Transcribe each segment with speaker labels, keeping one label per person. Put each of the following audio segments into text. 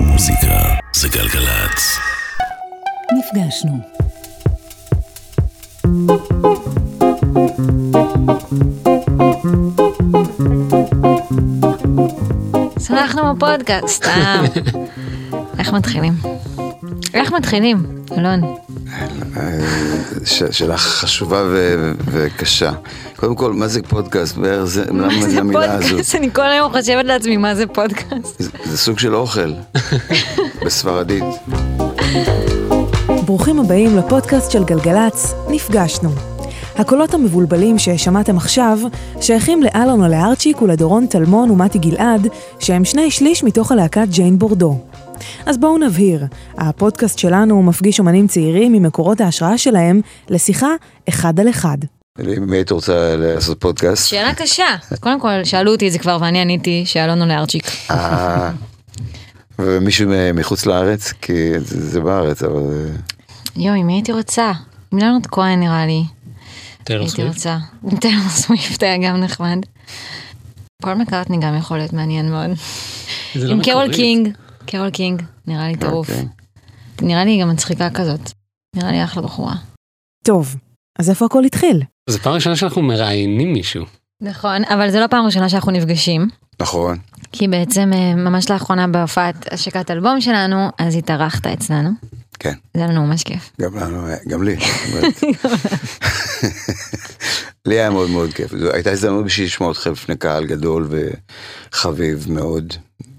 Speaker 1: מוזיקה זה גלגלצ.
Speaker 2: נפגשנו,
Speaker 3: אנחנו בפודקאסט, סתם. איך מתחילים? איך מתחילים, אלון?
Speaker 4: ש- שאלה חשובה ו- וקשה. קודם כל, מה זה פודקאסט? בערך זה, למה
Speaker 3: מה
Speaker 4: זה
Speaker 3: זה
Speaker 4: המילה הזו?
Speaker 3: פודקאסט? אני כל היום חושבת לעצמי מה זה פודקאסט.
Speaker 4: זה, זה סוג של אוכל, בספרדית.
Speaker 5: ברוכים הבאים לפודקאסט של גלגלצ, נפגשנו. הקולות המבולבלים ששמעתם עכשיו שייכים לאלון ולארצ'יק ולדורון טלמון ומתי גלעד, שהם שני שליש מתוך הלהקת ג'יין בורדו. אז בואו נבהיר, הפודקאסט שלנו מפגיש אומנים צעירים ממקורות ההשראה שלהם לשיחה אחד על אחד.
Speaker 4: אם היית רוצה לעשות פודקאסט?
Speaker 3: שאלה קשה. אז קודם כל, שאלו אותי את זה כבר ואני עניתי שאלון עולה ארצ'יק.
Speaker 4: אה, ומישהו מ- מחוץ לארץ? כי זה, זה בארץ, אבל... אה,
Speaker 3: יואי, מי הייתי רוצה? מילונות כהן נראה לי.
Speaker 6: טיילור
Speaker 3: הייתי
Speaker 6: סוויפט.
Speaker 3: רוצה. טיילור סוויפט היה גם נחמד. פול מקארטני גם יכול להיות מעניין מאוד.
Speaker 6: זה לא
Speaker 3: עם קרול
Speaker 6: מקורית.
Speaker 3: קינג. קרול קינג, נראה לי טירוף.
Speaker 4: אוקיי.
Speaker 3: נראה לי היא גם מצחיקה כזאת. נראה לי אחלה בחורה.
Speaker 5: טוב, אז איפה הכל התחיל?
Speaker 6: זו פעם ראשונה שאנחנו מראיינים מישהו.
Speaker 3: נכון, אבל זו לא פעם ראשונה שאנחנו נפגשים.
Speaker 4: נכון.
Speaker 3: כי בעצם אה, ממש לאחרונה בהופעת השקת אלבום שלנו, אז התארחת אצלנו.
Speaker 4: כן.
Speaker 3: זה היה לנו ממש כיף.
Speaker 4: גם לנו, היה- גם לי. לי היה מאוד מאוד כיף. זו הייתה הזדמנות בשביל לשמוע אתכם לפני קהל גדול וחביב מאוד,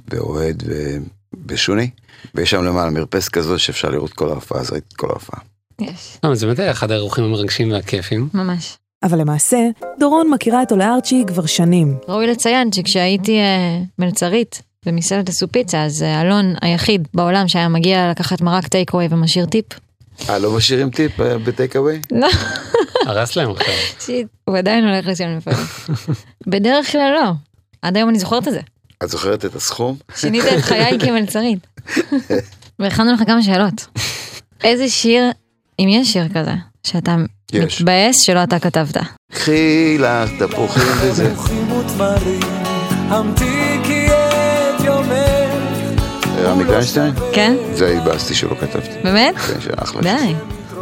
Speaker 4: ואוהד ובשוני. ויש שם למעלה מרפס כזו שאפשר לראות כל ההופעה, אז ראיתי את כל ההופעה.
Speaker 3: יש.
Speaker 6: לא, זה באמת היה אחד האירוחים המרגשים והכיפים.
Speaker 3: ממש. אבל...
Speaker 5: אבל למעשה, דורון מכירה את עולה ארצ'י כבר שנים.
Speaker 3: ראוי לציין שכשהייתי אה, מלצרית במסעדת הסופיצה, אז אה, אלון היחיד בעולם שהיה מגיע לקחת מרק טייק אווי ומשאיר טיפ.
Speaker 4: אה, לא משאירים טיפ אה, בטייק אווי?
Speaker 3: לא,
Speaker 6: הרס להם עכשיו.
Speaker 3: שיט, הוא עדיין הולך לשם לפעמים. בדרך כלל לא. עד היום אני זוכרת את זה.
Speaker 4: את זוכרת את הסכום?
Speaker 3: שינית את חיי כמלצרית. והכנו לך כמה שאלות. איזה שיר, אם יש שיר כזה, שאתה
Speaker 4: יש.
Speaker 3: מתבאס שלא אתה כתבת.
Speaker 4: קחי לך תפוחים וזה. רמי גרנשטיין?
Speaker 3: כן?
Speaker 4: זה התבאסתי שלא כתבתי.
Speaker 3: באמת?
Speaker 4: כן, שאחלה.
Speaker 3: די.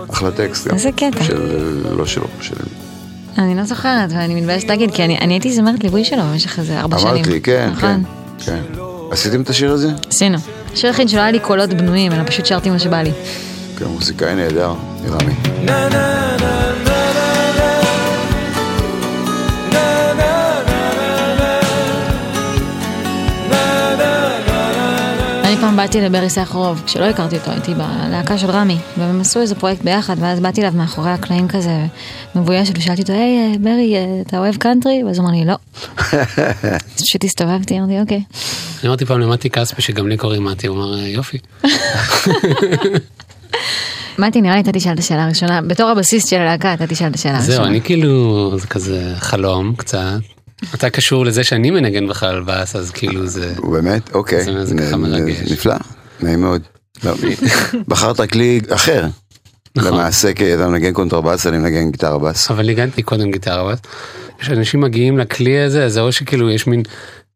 Speaker 4: אחלה טקסט גם.
Speaker 3: איזה קטע.
Speaker 4: של, לא שלו, של...
Speaker 3: אני לא זוכרת, ואני מתביישת להגיד, כי אני אני הייתי זמרת ליווי שלו במשך איזה ארבע שנים.
Speaker 4: אמרת לי, כן, כן,
Speaker 3: נכון,
Speaker 4: כן. עשיתם את השיר הזה?
Speaker 3: עשינו. השיר היחיד שלא היה לי קולות בנויים, אלא פשוט שרתי מה שבא לי.
Speaker 4: כן, מוזיקאי נהדר, רמי.
Speaker 3: אני פעם באתי לברי סחרוב, כשלא הכרתי אותו, הייתי בלהקה של רמי, והם עשו איזה פרויקט ביחד, ואז באתי אליו מאחורי הקלעים כזה, מבוישת, ושאלתי אותו, היי, אה, ברי, אה, אתה אוהב קאנטרי? ואז הוא אמר לי, לא. אז פשוט הסתובבתי, אמרתי, אוקיי.
Speaker 6: אני אמרתי פעם למתי כספי שגם לי קוראים מתי, הוא אמר "אה, יופי.
Speaker 3: מתי, נראה לי אתה תשאל את השאלה הראשונה, בתור הבסיס של הלהקה, אתה תשאל את השאלה הראשונה.
Speaker 6: זהו, אני כאילו, זה כזה חלום קצת. אתה קשור לזה שאני מנגן בכלל בס, אז כאילו זה...
Speaker 4: הוא באמת? אוקיי.
Speaker 6: זה- זה ככה
Speaker 4: נ-
Speaker 6: מרגש.
Speaker 4: נפלא, נעים מאוד. לא, בחרת כלי אחר.
Speaker 6: נכון.
Speaker 4: למעשה, כי אתה מנגן קונטרבאס, אני מנגן גיטרה בס.
Speaker 6: אבל ניגנתי קודם גיטרה בס. כשאנשים מגיעים לכלי הזה, אז זה או שכאילו יש מין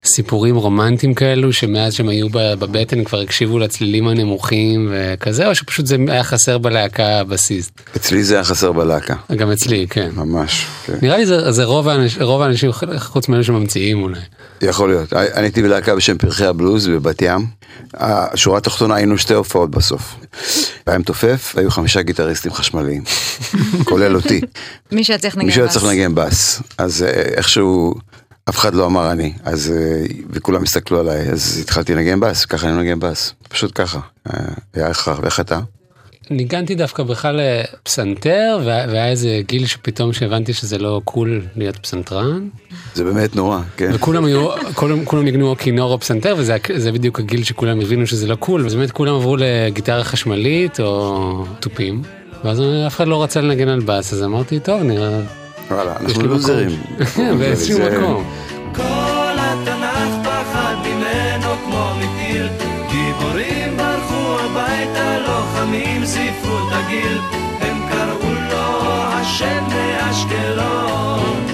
Speaker 6: סיפורים רומנטיים כאלו, שמאז שהם היו ב- בבטן כבר הקשיבו לצלילים הנמוכים וכזה, או שפשוט זה היה חסר בלהקה הבסיסט.
Speaker 4: אצלי זה היה חסר בלהקה,
Speaker 6: גם אצלי, כן.
Speaker 4: ממש. כן.
Speaker 6: נראה לי זה, זה רוב, האנש, רוב האנשים ח- חוץ מאלו שממציאים אולי.
Speaker 4: יכול להיות. אני אני הייתי בלהקה בשם פרחי הבלוז בבת ים. השורה התחתונה היינו שתי הופעות בסוף. היה מתופף, היו חמישה גיטריסטים חשמליים, כולל אותי.
Speaker 3: מישהו היה צריך לנגן
Speaker 4: מישהו היה
Speaker 3: בס.
Speaker 4: צריך לנגן בס, אז אה, איכשהו אף אחד לא אמר אני, אז אה, וכולם הסתכלו עליי, אז התחלתי לנגן בס, ככה אני מנגן בס, פשוט ככה, אה, היה הכרח, ואיך אתה?
Speaker 6: ניגנתי דווקא בכלל אה, פסנתר, וה- והיה איזה גיל שפתאום שהבנתי שזה לא קול להיות פסנתרן,
Speaker 4: זה באמת נורא, כן.
Speaker 6: וכולם היו, כולם, כולם ניגנו או כינור או פסנתר, וזה הק- זה בדיוק הגיל שכולם הבינו שזה לא קול, אז באמת כולם עברו לגיטרה חשמלית או תופים, ואז אף אחד לא רצה לנגן על בס, אז אמרתי, טוב, נראה,
Speaker 4: וואלה,
Speaker 6: יש
Speaker 4: אנחנו
Speaker 6: לי
Speaker 4: לוזרים.
Speaker 6: כן, באיזשהו
Speaker 4: זה-
Speaker 6: מקום.
Speaker 7: כל התנ"ך פחד ממנו כמו מטיל גיבורים ברחו הביתה, לוחמים זיפו את הגיל הם קראו לו השם מאשקלון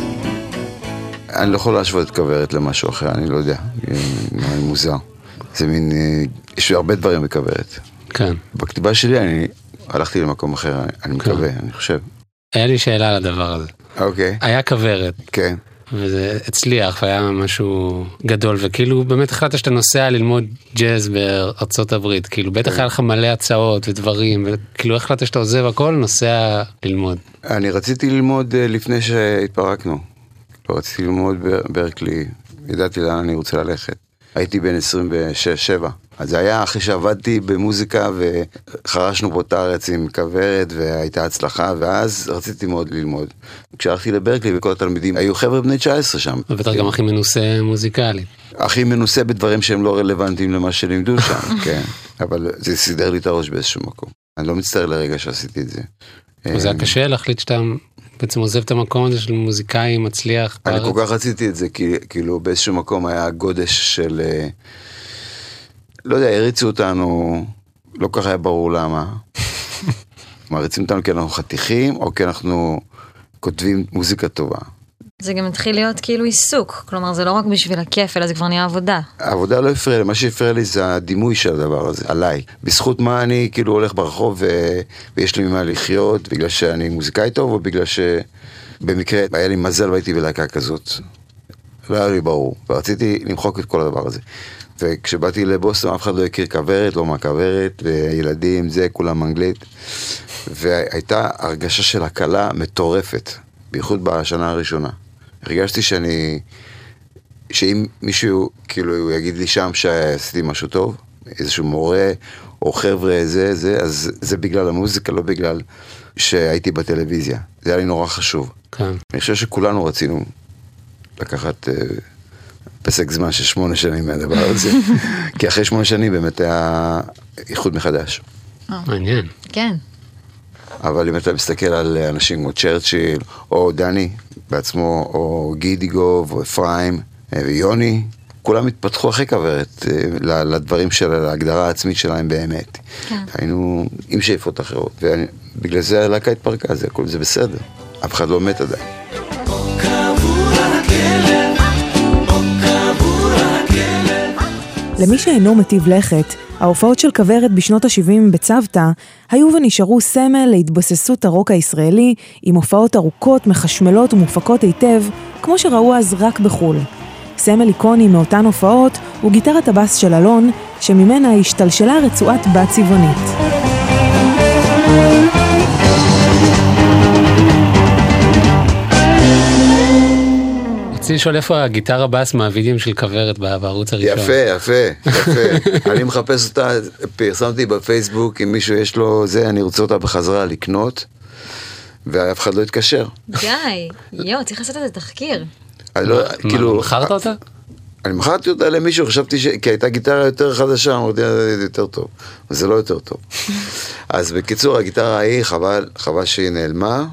Speaker 4: אני לא יכול להשוות כוורת למשהו אחר, אני לא יודע, אה, נראה לי מוזר. זה מין, אה, יש הרבה דברים בכוורת.
Speaker 6: כן.
Speaker 4: בכתיבה שלי אני הלכתי למקום אחר, אני- אני
Speaker 6: כן.
Speaker 4: מקווה, אני חושב.
Speaker 6: היה לי שאלה על הדבר הזה.
Speaker 4: אוקיי,
Speaker 6: היה כוורת,
Speaker 4: כן.
Speaker 6: וזה הצליח, והיה משהו גדול, וכאילו באמת החלטת שאתה נוסע ללמוד ג'אז בארצות הברית, כאילו בטח
Speaker 4: כן.
Speaker 6: היה לך מלא הצעות ודברים, וכאילו החלטת שאתה עוזב הכל, נוסע ללמוד.
Speaker 4: אני רציתי ללמוד אה, לפני שהתפרקנו. לא רציתי ללמוד ב- ברקלי, ידעתי לאן אני רוצה ללכת. הייתי בן 26-7. אז זה היה אחרי שעבדתי במוזיקה וחרשנו באותה ארץ עם כוורת והייתה הצלחה, ואז רציתי מאוד ללמוד. כשהלכתי לברקלי וכל התלמידים, היו חבר'ה בני 19 שם.
Speaker 6: ובטח גם הכי מנוסה מוזיקלית.
Speaker 4: הכי מנוסה בדברים שהם לא רלוונטיים למה שלימדו שם, כן. אבל זה סידר לי את הראש באיזשהו מקום. אני לא מצטער לרגע שעשיתי את זה.
Speaker 6: וזה היה
Speaker 4: אה,
Speaker 6: קשה להחליט שאתה בעצם עוזב את המקום הזה של מוזיקאי מצליח.
Speaker 4: אני
Speaker 6: בארץ.
Speaker 4: כל כך רציתי את זה, כי כאילו באיזשהו מקום היה גודש של... אה, לא יודע, הריצו אותנו, לא כל כך היה ברור למה. מעריצים אותנו כי אנחנו חתיכים, או כי אנחנו כותבים מוזיקה טובה.
Speaker 3: זה גם התחיל להיות כאילו עיסוק, כלומר זה לא רק בשביל הכיף, אלא זה כבר נהיה עבודה.
Speaker 4: העבודה לא הפריעה לי, מה שהפריע לי זה הדימוי של הדבר הזה, עליי. בזכות מה אני כאילו הולך ברחוב ו... ויש לי ממה לחיות, בגלל שאני מוזיקאי טוב, או בגלל שבמקרה היה לי מזל והייתי בלהקה כזאת. לא היה לי ברור, ורציתי למחוק את כל הדבר הזה. וכשבאתי לבוסטון אף אחד לא הכיר כוורת, לא מהכוורת, וילדים, זה, כולם אנגלית. והייתה הרגשה של הקלה מטורפת, בייחוד בשנה הראשונה. הרגשתי שאני שאם מישהו כאילו יגיד לי שם שעשיתי משהו טוב, איזשהו מורה או חבר'ה זה זה, אז זה בגלל המוזיקה, לא בגלל שהייתי בטלוויזיה. זה היה לי נורא חשוב.
Speaker 6: כן.
Speaker 4: אני חושב שכולנו רצינו לקחת אה, פסק זמן של שמונה שנים מהדבר הזה, כי אחרי שמונה שנים באמת היה איחוד מחדש.
Speaker 6: מעניין.
Speaker 3: כן.
Speaker 4: אבל אם אתה מסתכל על אנשים כמו צ'רצ'יל, או דני בעצמו, או גידיגוב, או אפרים, אה, ויוני, כולם התפתחו אחרי כוורת אה, ל- לדברים של ההגדרה העצמית שלהם באמת.
Speaker 3: כן.
Speaker 4: היינו עם שאיפות אחרות, ובגלל זה הלהקה התפרקה, זה הכל, זה בסדר. אף אחד לא מת עדיין.
Speaker 5: למי שאינו מטיב לכת, ההופעות של כוורת בשנות ה-70 בצוותא היו ונשארו סמל להתבססות הרוק הישראלי, עם הופעות ארוכות, מחשמלות ומופקות היטב, כמו שראו אז רק בחו"ל. סמל איקוני מאותן הופעות הוא גיטרת הבאס של אלון, שממנה השתלשלה רצועת בת צבעונית.
Speaker 6: רציתי לשאול איפה הגיטרה בס מהווידאים של כוורת ב- בערוץ הראשון.
Speaker 4: יפה, יפה, יפה. אני מחפש אותה, פרסמתי בפייסבוק, אם מישהו יש לו זה, אני רוצה אותה בחזרה לקנות, ואף אחד לא התקשר.
Speaker 3: די, יואו, צריך לעשות איזה תחקיר.
Speaker 4: אני לא,
Speaker 6: מה,
Speaker 4: כאילו,
Speaker 6: מכרת אותה?
Speaker 4: אני מכרתי אותה למישהו, חשבתי ש... כי הייתה גיטרה יותר חדשה, אמרתי, "אה, זה יותר טוב. אבל זה לא יותר טוב. אז בקיצור, הגיטרה ההיא, חבל, חבל שהיא נעלמה,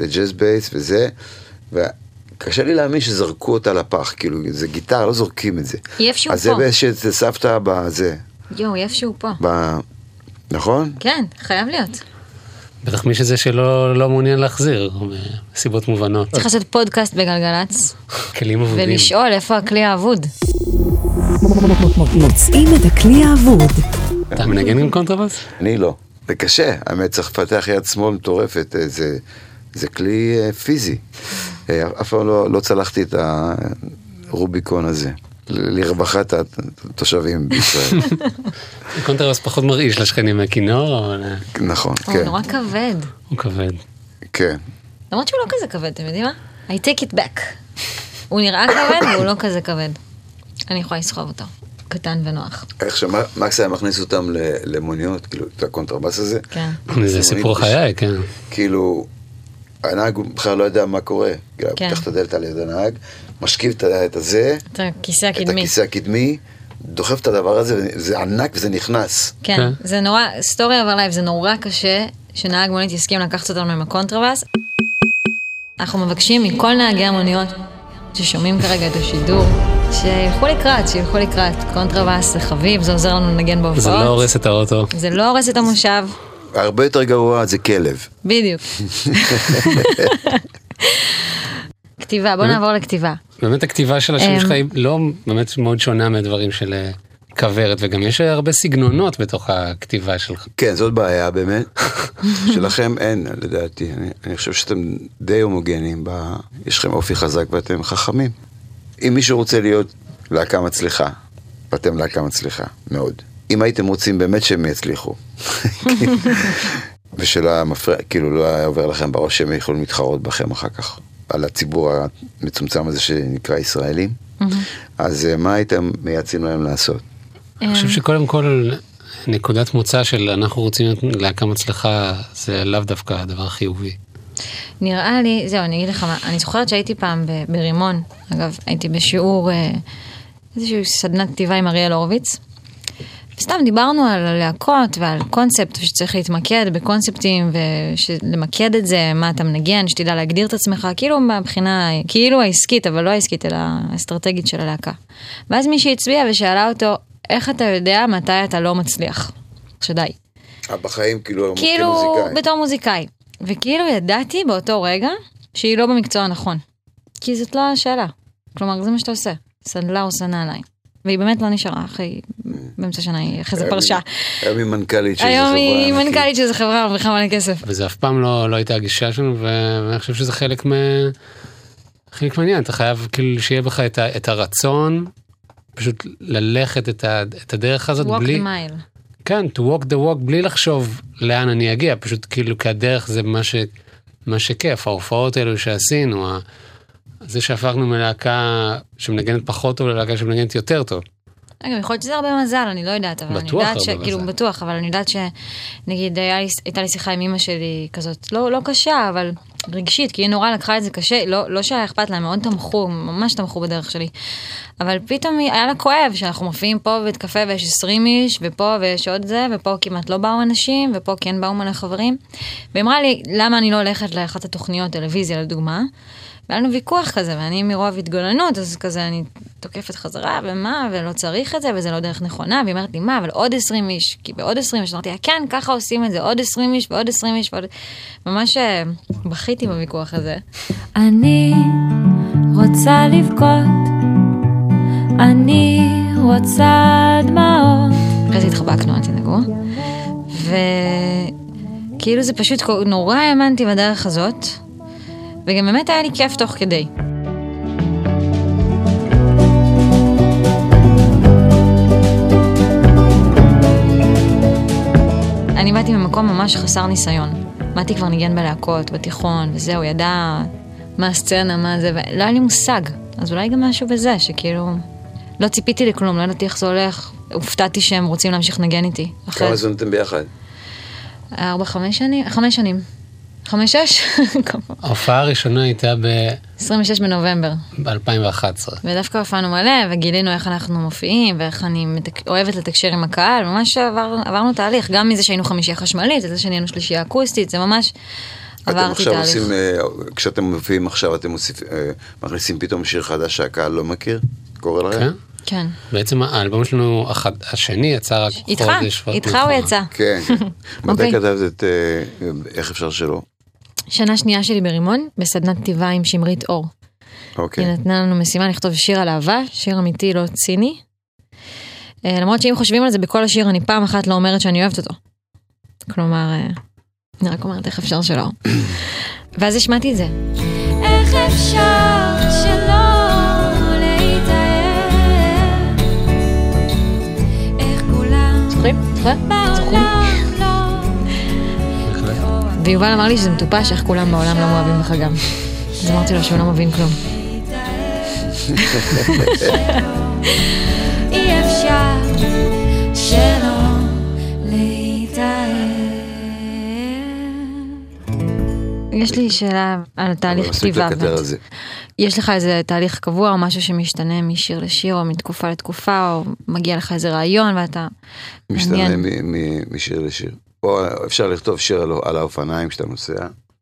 Speaker 4: לג'אז בייס וזה, וקשה לי להאמין שזרקו אותה לפח, כאילו, זה גיטרה, לא זורקים את זה.
Speaker 3: היא איפשהו
Speaker 4: אז זה
Speaker 3: פה.
Speaker 4: באיזושהי אצל סבתא בזה,
Speaker 3: יואו, היא איפשהו פה.
Speaker 4: ב... נכון?
Speaker 3: כן, חייב להיות.
Speaker 6: בטח מי שזה שלא לא מעוניין להחזיר, מסיבות מובנות.
Speaker 3: צריך לעשות פודקאסט בגלגלצ,
Speaker 4: אה.
Speaker 6: כלים עבודים.
Speaker 3: ולשאול איפה הכלי האבוד.
Speaker 5: מוצאים את הכלי האבוד.
Speaker 6: אתה אה, מנגן עם קונטרבאס?
Speaker 4: אני לא. זה קשה, האמת, צריך לפתח יד שמאל מטורפת, אה, זה, זה כלי אה, פיזי. אה, אף פעם לא, לא צלחתי את הרוביקון הזה, ל- לרווחת התושבים בישראל.
Speaker 6: קונטרבאס פחות מרעיש לשכנים מהכינור, אבל אה,
Speaker 4: נכון,
Speaker 3: הוא
Speaker 4: כן,
Speaker 3: אוקיי, נורא כבד.
Speaker 6: הוא כבד.
Speaker 4: כן.
Speaker 3: למרות שהוא לא כזה כבד, אתם יודעים מה? I take it back. הוא נראה כבד והוא לא כזה כבד. אני יכולה לסחוב אותו. קטן ונוח.
Speaker 4: איך שמקס היה מכניס אותם ל- למוניות, כאילו, את הקונטרבס הזה.
Speaker 3: כן.
Speaker 6: אה, זה סיפור חיי, כן.
Speaker 4: כאילו, הנהג הוא בכלל לא יודע מה קורה. כאילו,
Speaker 3: כן.
Speaker 4: פותח את הדלת על יד הנהג, משכיב את ה- את הזה,
Speaker 3: את הכיסא
Speaker 4: את
Speaker 3: הקדמי.
Speaker 4: הכיסא הקדמי, דוחף את הדבר הזה, וזה ענק וזה נכנס.
Speaker 3: כן.
Speaker 6: כן.
Speaker 3: זה נורא, סטורי אבר לייב, זה נורא קשה שנהג מונית יסכים לקחת אותנו עם הקונטרבאס. אנחנו מבקשים מכל נהגי המוניות ששומעים כרגע את השידור, שילכו לקראת, שילכו לקראת. קונטרבאס זה חביב, זה עוזר לנו לנגן בהופעות.
Speaker 6: זה לא הורס את האוטו.
Speaker 3: זה לא הורס את המושב.
Speaker 4: הרבה יותר גרוע זה כלב.
Speaker 3: בדיוק. כתיבה, בוא נעבור לכתיבה.
Speaker 6: באמת הכתיבה של השם
Speaker 3: אמ.
Speaker 6: שלך היא לא באמת מאוד שונה מהדברים של אה, כוורת, וגם יש הרבה סגנונות בתוך הכתיבה שלך.
Speaker 4: כן, זאת בעיה באמת. שלכם אין, לדעתי. אני, אני חושב שאתם די הומוגנים, ב... יש לכם אופי חזק ואתם חכמים. אם מישהו רוצה להיות להקה מצליחה, ואתם להקה מצליחה, מאוד. אם הייתם רוצים באמת שהם יצליחו, ושלא היה מפריע, כאילו לא היה עובר לכם בראש שהם יכולים להתחרות בכם אחר כך, על הציבור המצומצם הזה שנקרא ישראלים, אז אה, מה הייתם מייעצים להם לעשות?
Speaker 6: אני חושב שקודם כל, נקודת מוצא של אנחנו רוצים להיות להקה מצליחה, זה לאו דווקא הדבר החיובי.
Speaker 3: נראה לי, זהו, אני אגיד לך מה, אני זוכרת שהייתי פעם ב- ברימון, אגב, הייתי בשיעור, אה, איזושהי סדנת כתיבה עם אריאל הורוביץ. סתם דיברנו על להקות ועל קונספט, ושצריך להתמקד בקונספטים, ולמקד את זה, מה אתה מנגן, שתדע להגדיר את עצמך, כאילו מהבחינה, כאילו העסקית, אבל לא העסקית, אלא האסטרטגית של הלהקה. ואז מישהי הצביעה ושאלה אותו, איך אתה יודע מתי אתה לא מצליח? שדי.
Speaker 4: בחיים כאילו,
Speaker 3: כאילו, בתור מוזיקאי. וכאילו ידעתי באותו רגע שהיא לא במקצוע הנכון. כי זאת לא השאלה. כלומר, זה מה שאתה עושה. סנדלה או סנה עליי. והיא באמת לא נשארה אחרי, באמצע שנה היא אחרי זה פרשה.
Speaker 4: היום היא מנכ"לית של איזו
Speaker 3: היום
Speaker 4: אה, חברה
Speaker 3: היא
Speaker 4: ענקית.
Speaker 3: מנכ"לית של איזה חברה, מרוויחה מלא כסף.
Speaker 6: וזה אף פעם לא, לא הייתה הגישה שלנו, ו- ואני חושב שזה חלק, מ... חלק מעניין, אתה חייב כאילו שיהיה בך את, ה... את הרצון, פשוט ללכת את, ה... את הדרך הזאת
Speaker 3: walk
Speaker 6: בלי...
Speaker 3: the mile.
Speaker 6: כן, to walk the walk בלי לחשוב לאן אני אגיע, פשוט כאילו כי הדרך זה מה, ש, מה שכיף, ההופעות האלו שעשינו, ה- זה שהפכנו מלהקה שמנגנת פחות טוב ללהקה שמנגנת יותר טוב.
Speaker 3: אגב, יכול להיות שזה הרבה מזל, אני לא יודעת, אבל אני
Speaker 6: בטוח
Speaker 3: יודעת ש...
Speaker 6: הרבה
Speaker 3: כאילו,
Speaker 6: מזל.
Speaker 3: בטוח, אבל אני יודעת שנגיד, היה לי- הייתה לי שיחה עם אימא שלי כזאת, לא, לא קשה, אבל רגשית, כי היא נורא לקחה את זה קשה, לא, לא שהיה אכפת לה, מאוד תמכו, ממש תמכו בדרך שלי. אבל פתאום היא- היה לה כואב שאנחנו מופיעים פה בבית קפה ויש 20 איש, ופה ויש עוד זה, ופה כמעט לא באו אנשים, ופה כן באו מלא חברים. והיא אמרה לי, למה אני לא הולכת לאחת התוכניות, טלוויזיה לדוגמה? והיה לנו ויכוח כזה, ואני מרוב התגוננות, אז כזה אני תוקפת חזרה, ומה, ולא צריך את זה, וזה לא דרך נכונה, והיא אומרת לי, מה, אבל עוד 20 איש, כי בעוד 20 איש, אמרתי לה, כן, ככה עושים את זה, עוד 20 איש ועוד 20 איש ועוד... ממש אה, בכיתי בוויכוח הזה. אני רוצה לבכות, אני רוצה דמעות. אחרי זה התחבקנו, אל תדאגו. וכאילו זה פשוט, כל- נורא האמנתי בדרך הזאת, וגם באמת היה לי כיף תוך כדי. אני באתי ממקום ממש חסר ניסיון. באתי כבר ניגן בלהקות, בתיכון, וזהו, ידע מה הסצנה, מה זה, ולא היה לי מושג. אז אולי גם משהו בזה, שכאילו... לא ציפיתי לכלום, לא ידעתי איך זה הולך. הופתעתי שהם רוצים להמשיך לנגן איתי. אחרי
Speaker 4: כמה זמן אתם ביחד?
Speaker 3: ארבע, חמש שנים? חמש שנים. חמש, שש?
Speaker 6: ההופעה הראשונה הייתה
Speaker 3: 26 בנובמבר.
Speaker 6: ב-2011.
Speaker 3: ודווקא הופענו מלא, וגילינו איך אנחנו מופיעים, ואיך אני מתק... אוהבת לתקשר עם הקהל, ממש עבר... עברנו תהליך, גם מזה שהיינו חמישייה חשמלית, לזה שנהיינו שלישייה אקוסטית, זה ממש
Speaker 4: אתם
Speaker 3: עברתי
Speaker 4: עכשיו
Speaker 3: תהליך.
Speaker 4: עושים, אה, כשאתם מופיעים עכשיו, אתם מוסיפ- אה, מכניסים פתאום שיר חדש שהקהל לא מכיר? קורה לכם?
Speaker 6: כן?
Speaker 3: כן.
Speaker 6: בעצם האלבום שלנו החד... השני יצא רק
Speaker 3: איתך,
Speaker 6: חודש. ו-
Speaker 3: איתך הוא יצא.
Speaker 4: כן. כן. מתי
Speaker 3: אוקיי.
Speaker 4: כתבת את אה, איך אפשר שלא?
Speaker 3: שנה שנייה שלי ברימון, בסדנת כתיבה עם שמרית אור. היא
Speaker 4: אוקיי.
Speaker 3: נתנה לנו משימה לכתוב שיר על אהבה, שיר אמיתי לא ציני. אה, למרות שאם חושבים על זה בכל השיר, אני פעם אחת לא אומרת שאני אוהבת אותו. כלומר, אה, אני רק אומרת איך אפשר שלא. ואז השמעתי את זה.
Speaker 8: איך אפשר שלא להתאהב? איך כולם
Speaker 3: זוכרים? זוכרים?
Speaker 8: בעולם לא...
Speaker 3: ויובל אמר לי שזה מטופש, איך כולם בעולם לא אוהבים לך גם. אז אמרתי לו שהוא לא מבין כלום.
Speaker 8: אי אפשר שלא להתאהב.
Speaker 3: יש לי שאלה על
Speaker 4: אבל
Speaker 3: תהליך
Speaker 4: מספיק
Speaker 3: כתיבה.
Speaker 4: לקטר על זה.
Speaker 3: יש לך איזה תהליך קבוע או משהו שמשתנה משיר לשיר או מתקופה לתקופה או מגיע לך איזה רעיון ואתה...
Speaker 4: משתנה
Speaker 3: מעניין.
Speaker 4: מ- מ- משיר לשיר. או אפשר לכתוב שיר על- על האופניים כשאתה נוסע,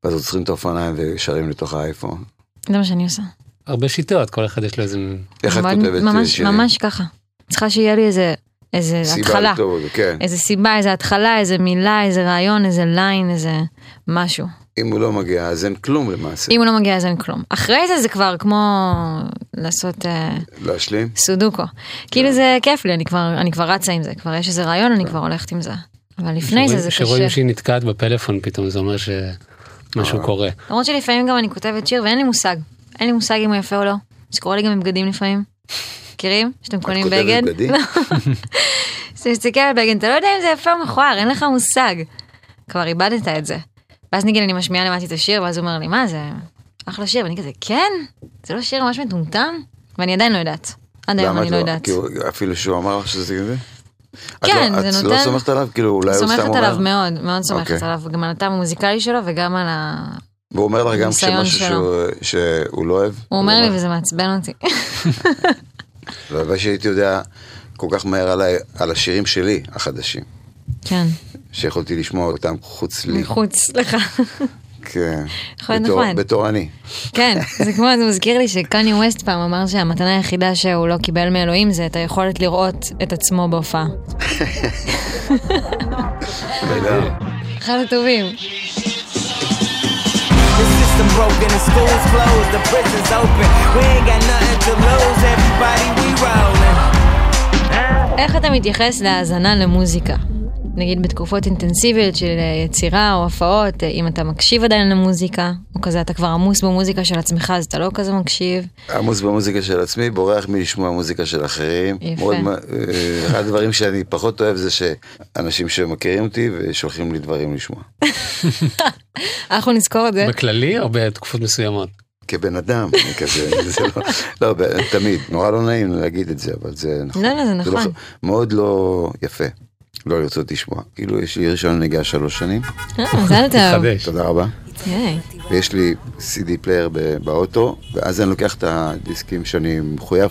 Speaker 4: ואז עוצרים את האופניים ושרים לתוך האייפון.
Speaker 3: זה מה שאני עושה.
Speaker 6: הרבה שיטות, כל אחד יש לו איזה...
Speaker 4: איך את
Speaker 3: מאוד-
Speaker 4: כותבת אה,
Speaker 3: ממש,
Speaker 4: שירים?
Speaker 3: ממש ככה. צריכה שיהיה לי איזה, איזה
Speaker 4: סיבה
Speaker 3: התחלה.
Speaker 4: לכתוב אותו, כן.
Speaker 3: איזה סיבה, איזה התחלה, איזה מילה, איזה רעיון, איזה ליין, איזה משהו.
Speaker 4: אם הוא לא מגיע, אז אין כלום למעשה.
Speaker 3: אם הוא לא מגיע אז אין כלום. אחרי זה זה כבר כמו לעשות אה,
Speaker 4: להשלים?
Speaker 3: סודוקו. כאילו
Speaker 4: כן.
Speaker 3: זה כיף לי, אני כבר, אני כבר רצה עם זה, כבר יש איזה רעיון, אני כבר הולכת עם זה. אבל לפני זה זה
Speaker 6: שרואים
Speaker 3: קשה.
Speaker 6: שהיא נתקעת בפלאפון פתאום, זה אומר שמשהו קורה.
Speaker 3: למרות שלפעמים גם אני כותבת שיר ואין לי מושג. אין לי מושג אם הוא יפה או לא. זה קורה לי גם עם בגדים לפעמים. מכירים? שאתם קונים
Speaker 4: כותבת
Speaker 3: בגד?
Speaker 4: בגדים?
Speaker 3: לא. כשאתה מסתכל על בגד, אתה לא יודע אם זה יפה או מכוער, אין לך מושג. כבר איבדת את זה. ואז נגיד אני משמיעה למטי את השיר, ואז הוא אומר לי, מה זה, אחלה שיר, ואני כזה, כן? זה לא שיר ממש מטומטם? ואני עדיין לא יודעת. עד היום
Speaker 4: למה
Speaker 3: אני
Speaker 4: את
Speaker 3: לא יודעת.
Speaker 4: כאילו, אפילו שהוא אמר לך שזה כזה? את
Speaker 3: כן,
Speaker 4: לא-
Speaker 3: זה
Speaker 4: את לא
Speaker 3: נותן-
Speaker 4: סומכת עליו? כאילו אולי הוא סתם
Speaker 3: סומכת
Speaker 4: אומר...
Speaker 3: עליו מאוד, מאוד סומכת
Speaker 4: אוקיי.
Speaker 3: עליו, גם על הטעם המוזיקלי שלו וגם על ה...
Speaker 4: והוא אומר לך גם
Speaker 3: הניסיון
Speaker 4: כשמשהו
Speaker 3: שלו.
Speaker 4: שהוא- שהוא לא אוהב?
Speaker 3: הוא אומר לי וזה מעצבן אותי.
Speaker 4: והלוואי "לא, שהייתי יודע כל כך מהר עליי- על השירים שלי החדשים,
Speaker 3: כן,
Speaker 4: שיכולתי לשמוע אותם חוץ לי.
Speaker 3: מחוץ לך.
Speaker 4: כן.
Speaker 3: נכון,
Speaker 4: בתור-
Speaker 3: נכון.
Speaker 4: בתור אני.
Speaker 3: כן, זה כמו, זה מזכיר לי שקניה ווסט פעם אמר שהמתנה היחידה שהוא לא קיבל מאלוהים זה את היכולת לראות את עצמו בהופעה. אחד הטובים.
Speaker 9: The system broken, the school's closed, the prison's open. We ain't got nothing to lose, everybody we rollin'.
Speaker 3: איך אתה מתייחס להאזנה למוזיקה? נגיד בתקופות אינטנסיביות של אה, יצירה או הפעות, אה, אם אתה מקשיב עדיין למוזיקה, או כזה אתה כבר עמוס במוזיקה של עצמך אז אתה לא כזה מקשיב.
Speaker 4: עמוס במוזיקה של עצמי, בורח מלשמוע מוזיקה של אחרים.
Speaker 3: יפה.
Speaker 4: מאוד מה- אה, אחד הדברים שאני פחות אוהב זה שאנשים שמכירים אותי ושולחים לי דברים לשמוע.
Speaker 3: אנחנו נזכור את זה.
Speaker 6: בכללי או בתקופות מסוימות?
Speaker 4: כבן אדם, אני כזה, זה לא, לא, ב- תמיד, נורא לא נעים להגיד את זה, אבל זה נכון.
Speaker 3: לא, לא, זה נכון.
Speaker 4: לא- מאוד לא יפה, לא לרצות לשמוע. כאילו, יש לי רישיון נהיגה שלוש שנים,
Speaker 3: אה, מזל טוב. כן.
Speaker 6: חדש.
Speaker 4: תודה רבה.
Speaker 3: היי,
Speaker 4: ויש לי CD פלייר ב- באוטו, ואז אני לוקח את הדיסקים שאני מחויב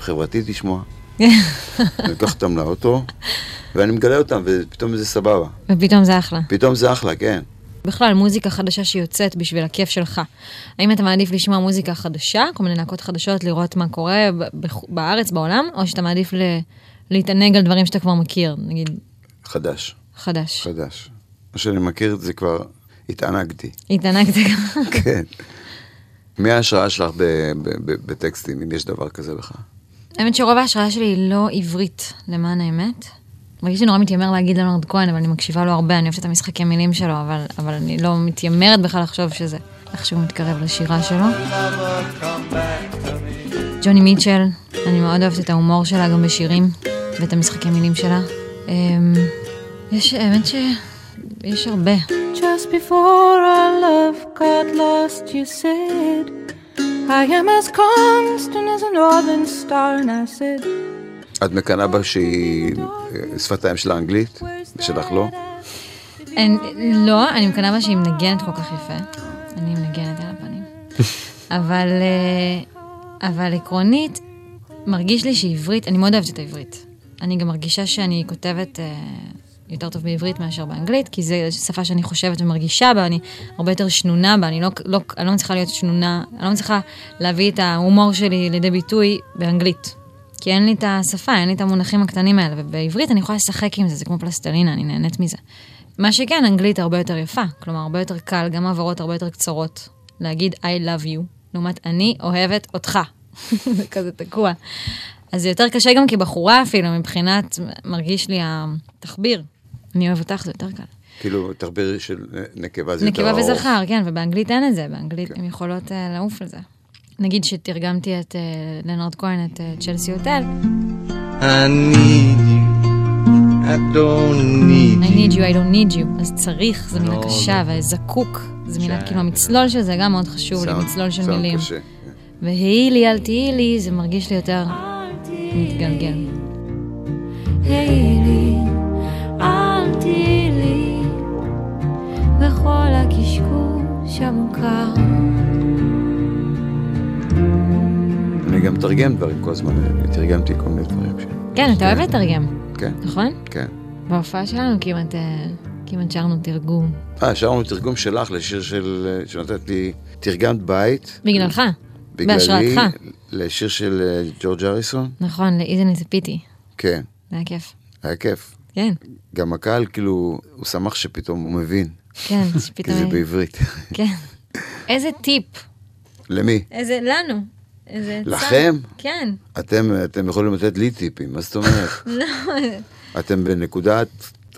Speaker 4: חברתית לשמוע, אני לוקח אותם לאוטו, ואני מגלה אותם, ופתאום זה סבבה.
Speaker 3: ופתאום זה אחלה.
Speaker 4: פתאום זה אחלה, כן.
Speaker 3: בכלל, מוזיקה חדשה שיוצאת בשביל הכיף שלך. האם אתה מעדיף לשמוע מוזיקה חדשה, כל מיני להקות חדשות, לראות מה קורה ב- בח- בארץ, בעולם, או שאתה מעדיף ל- להתענג על דברים שאתה כבר מכיר, נגיד
Speaker 4: חדש,
Speaker 3: חדש?
Speaker 4: חדש. מה שאני מכיר את זה כבר, התענגתי.
Speaker 3: התענגת גם.
Speaker 4: כן. מי ההשראה שלך ב- ב- ב- בטקסטים, אם יש דבר כזה לך?
Speaker 3: האמת שרוב ההשראה שלי היא לא עברית, למען האמת. מרגיש לי נורא מתיימר להגיד לנרד כהן, אבל אני מקשיבה לו הרבה, אני אוהבת את המשחקי מילים שלו, אבל, אבל אני לא מתיימרת בכלל לחשוב שזה, איך שהוא מתקרב לשירה שלו. ג'וני מיטשל, אני מאוד אוהבת את ההומור שלה גם בשירים, ואת המשחקי מילים שלה. אמ, יש, האמת ש... יש הרבה.
Speaker 10: Just before our love got lost, you said, I am as constant as a northern star. And I said,
Speaker 4: את מקנאה בה שהיא אה, שפת האם שלה אנגלית, ושלך לא?
Speaker 3: אני, לא, אני מקנאה בה שהיא מנגנת כל כך יפה. אני מנגנת על הפנים. אבל, אה, אבל עקרונית, מרגיש לי שעברית, אני מאוד אוהבת את העברית. אני גם מרגישה שאני כותבת אה, יותר טוב בעברית מאשר באנגלית, כי זו שפה שאני חושבת ומרגישה בה, אני הרבה יותר שנונה בה, אני לא, לא, אני לא מצליחה להיות שנונה, אני לא מצליחה להביא את ההומור שלי לידי ביטוי באנגלית. כי אין לי את השפה, אין לי את המונחים הקטנים האלה, ובעברית אני יכולה לשחק עם זה, זה כמו פלסטלינה, אני נהנית מזה. מה שכן, אנגלית הרבה יותר יפה, כלומר הרבה יותר קל, גם העברות הרבה יותר קצרות. להגיד I love you, לעומת אני אוהבת אותך. זה כזה תקוע. אז זה יותר קשה גם כבחורה אפילו, מבחינת, מרגיש לי התחביר. אני אוהב אותך, זה יותר קל.
Speaker 4: כאילו, תחביר של אה, נקבה זה יותר
Speaker 3: נקבה
Speaker 4: ארוך.
Speaker 3: וזכר, כן, ובאנגלית אין את זה, באנגלית הן יכולות אה, לעוף על זה. נגיד שתרגמתי את אה, לנרד כהן, את אה, צ'לסי הוטל,
Speaker 7: I need you, I don't
Speaker 3: I
Speaker 7: need
Speaker 3: need you,
Speaker 4: Mm.
Speaker 3: I don't need you, אז צריך, זו
Speaker 4: לא,
Speaker 3: מילה קשה, וזקוק, זו מילה, כאילו המצלול של זה גם מאוד חשוב לי,
Speaker 4: כן. סאונד-
Speaker 3: מצלול כאילו, של
Speaker 4: סאונד
Speaker 3: מילים.
Speaker 4: קשה, כן.
Speaker 3: והי לי, אל תהי לי, זה מרגיש לי יותר מתגלגל.
Speaker 8: היי לי, אל תהיי לי, וכל הקשקוש המוכר.
Speaker 4: אני גם מתרגם דברים כל הזמן, אני תרגמתי כל מיני דברים. ש-
Speaker 3: כן, אתה אוהב לתרגם,
Speaker 4: כן,
Speaker 3: נכון?
Speaker 4: כן.
Speaker 3: בהופעה שלנו כמעט, אה, כמעט שרנו תרגום.
Speaker 4: אה, שרנו תרגום שלך לשיר של... אה, שנתת לי... תרגמת בית.
Speaker 3: בגללך,
Speaker 4: בגללי,
Speaker 3: בהשראתך.
Speaker 4: לשיר של אה, ג'ורג' אריסון.
Speaker 3: נכון, לאיזן ציפיתי.
Speaker 4: כן,
Speaker 3: זה היה כיף.
Speaker 4: היה כיף.
Speaker 3: כן,
Speaker 4: גם הקהל, כאילו, הוא שמח שפתאום הוא מבין,
Speaker 3: כן,
Speaker 4: כי זה
Speaker 3: שפתאום...
Speaker 4: בעברית.
Speaker 3: כן. איזה טיפ,
Speaker 4: למי?
Speaker 3: איזה לנו. איזה עצה.
Speaker 4: לכם?
Speaker 3: כן.
Speaker 4: אתם, אתם יכולים לתת לי טיפים, מה זאת אומרת?
Speaker 3: לא,
Speaker 4: אתם בנקודת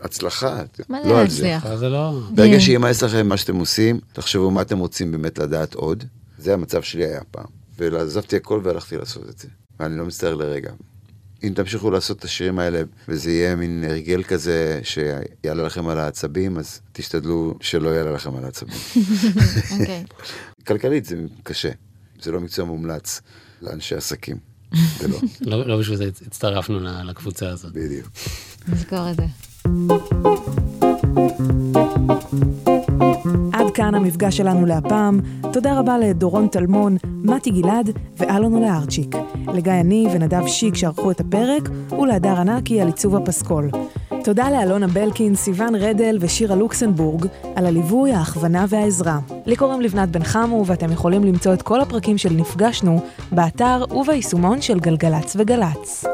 Speaker 4: הצלחה.
Speaker 3: מה זה
Speaker 4: לא על
Speaker 3: להצליח? כן.
Speaker 6: אז זה לא...
Speaker 4: ברגע שימאס לכם מה שאתם עושים, תחשבו מה אתם רוצים באמת לדעת עוד. זה המצב שלי היה פעם. ועזבתי הכל והלכתי לעשות את זה. ואני לא מצטער לרגע. אם תמשיכו לעשות את השירים האלה, וזה יהיה מין הרגל כזה שיעלה לכם על העצבים, אז תשתדלו שלא יעלה לכם על העצבים.
Speaker 3: אוקיי.
Speaker 4: כלכלית זה קשה, זה לא מקצוע מומלץ לאנשי עסקים. זה לא,
Speaker 6: לא לא בשביל זה הצטרפנו ל- לקבוצה הזאת.
Speaker 4: בדיוק.
Speaker 3: נזכור את זה.
Speaker 5: עד כאן המפגש שלנו להפעם. תודה רבה לדורון טלמון, מתי גלעד ואלון לארצ'יק. לגיא אני ונדב שיק שערכו את הפרק, ולהדר ענקי על עיצוב הפסקול. תודה לאלונה בלקין, סיון רדל ושירה לוקסנבורג על הליווי, ההכוונה והעזרה. לי קוראים לבנת בן חמו, ואתם יכולים למצוא את כל הפרקים של נפגשנו באתר וביישומון של גלגלצ וגלצ.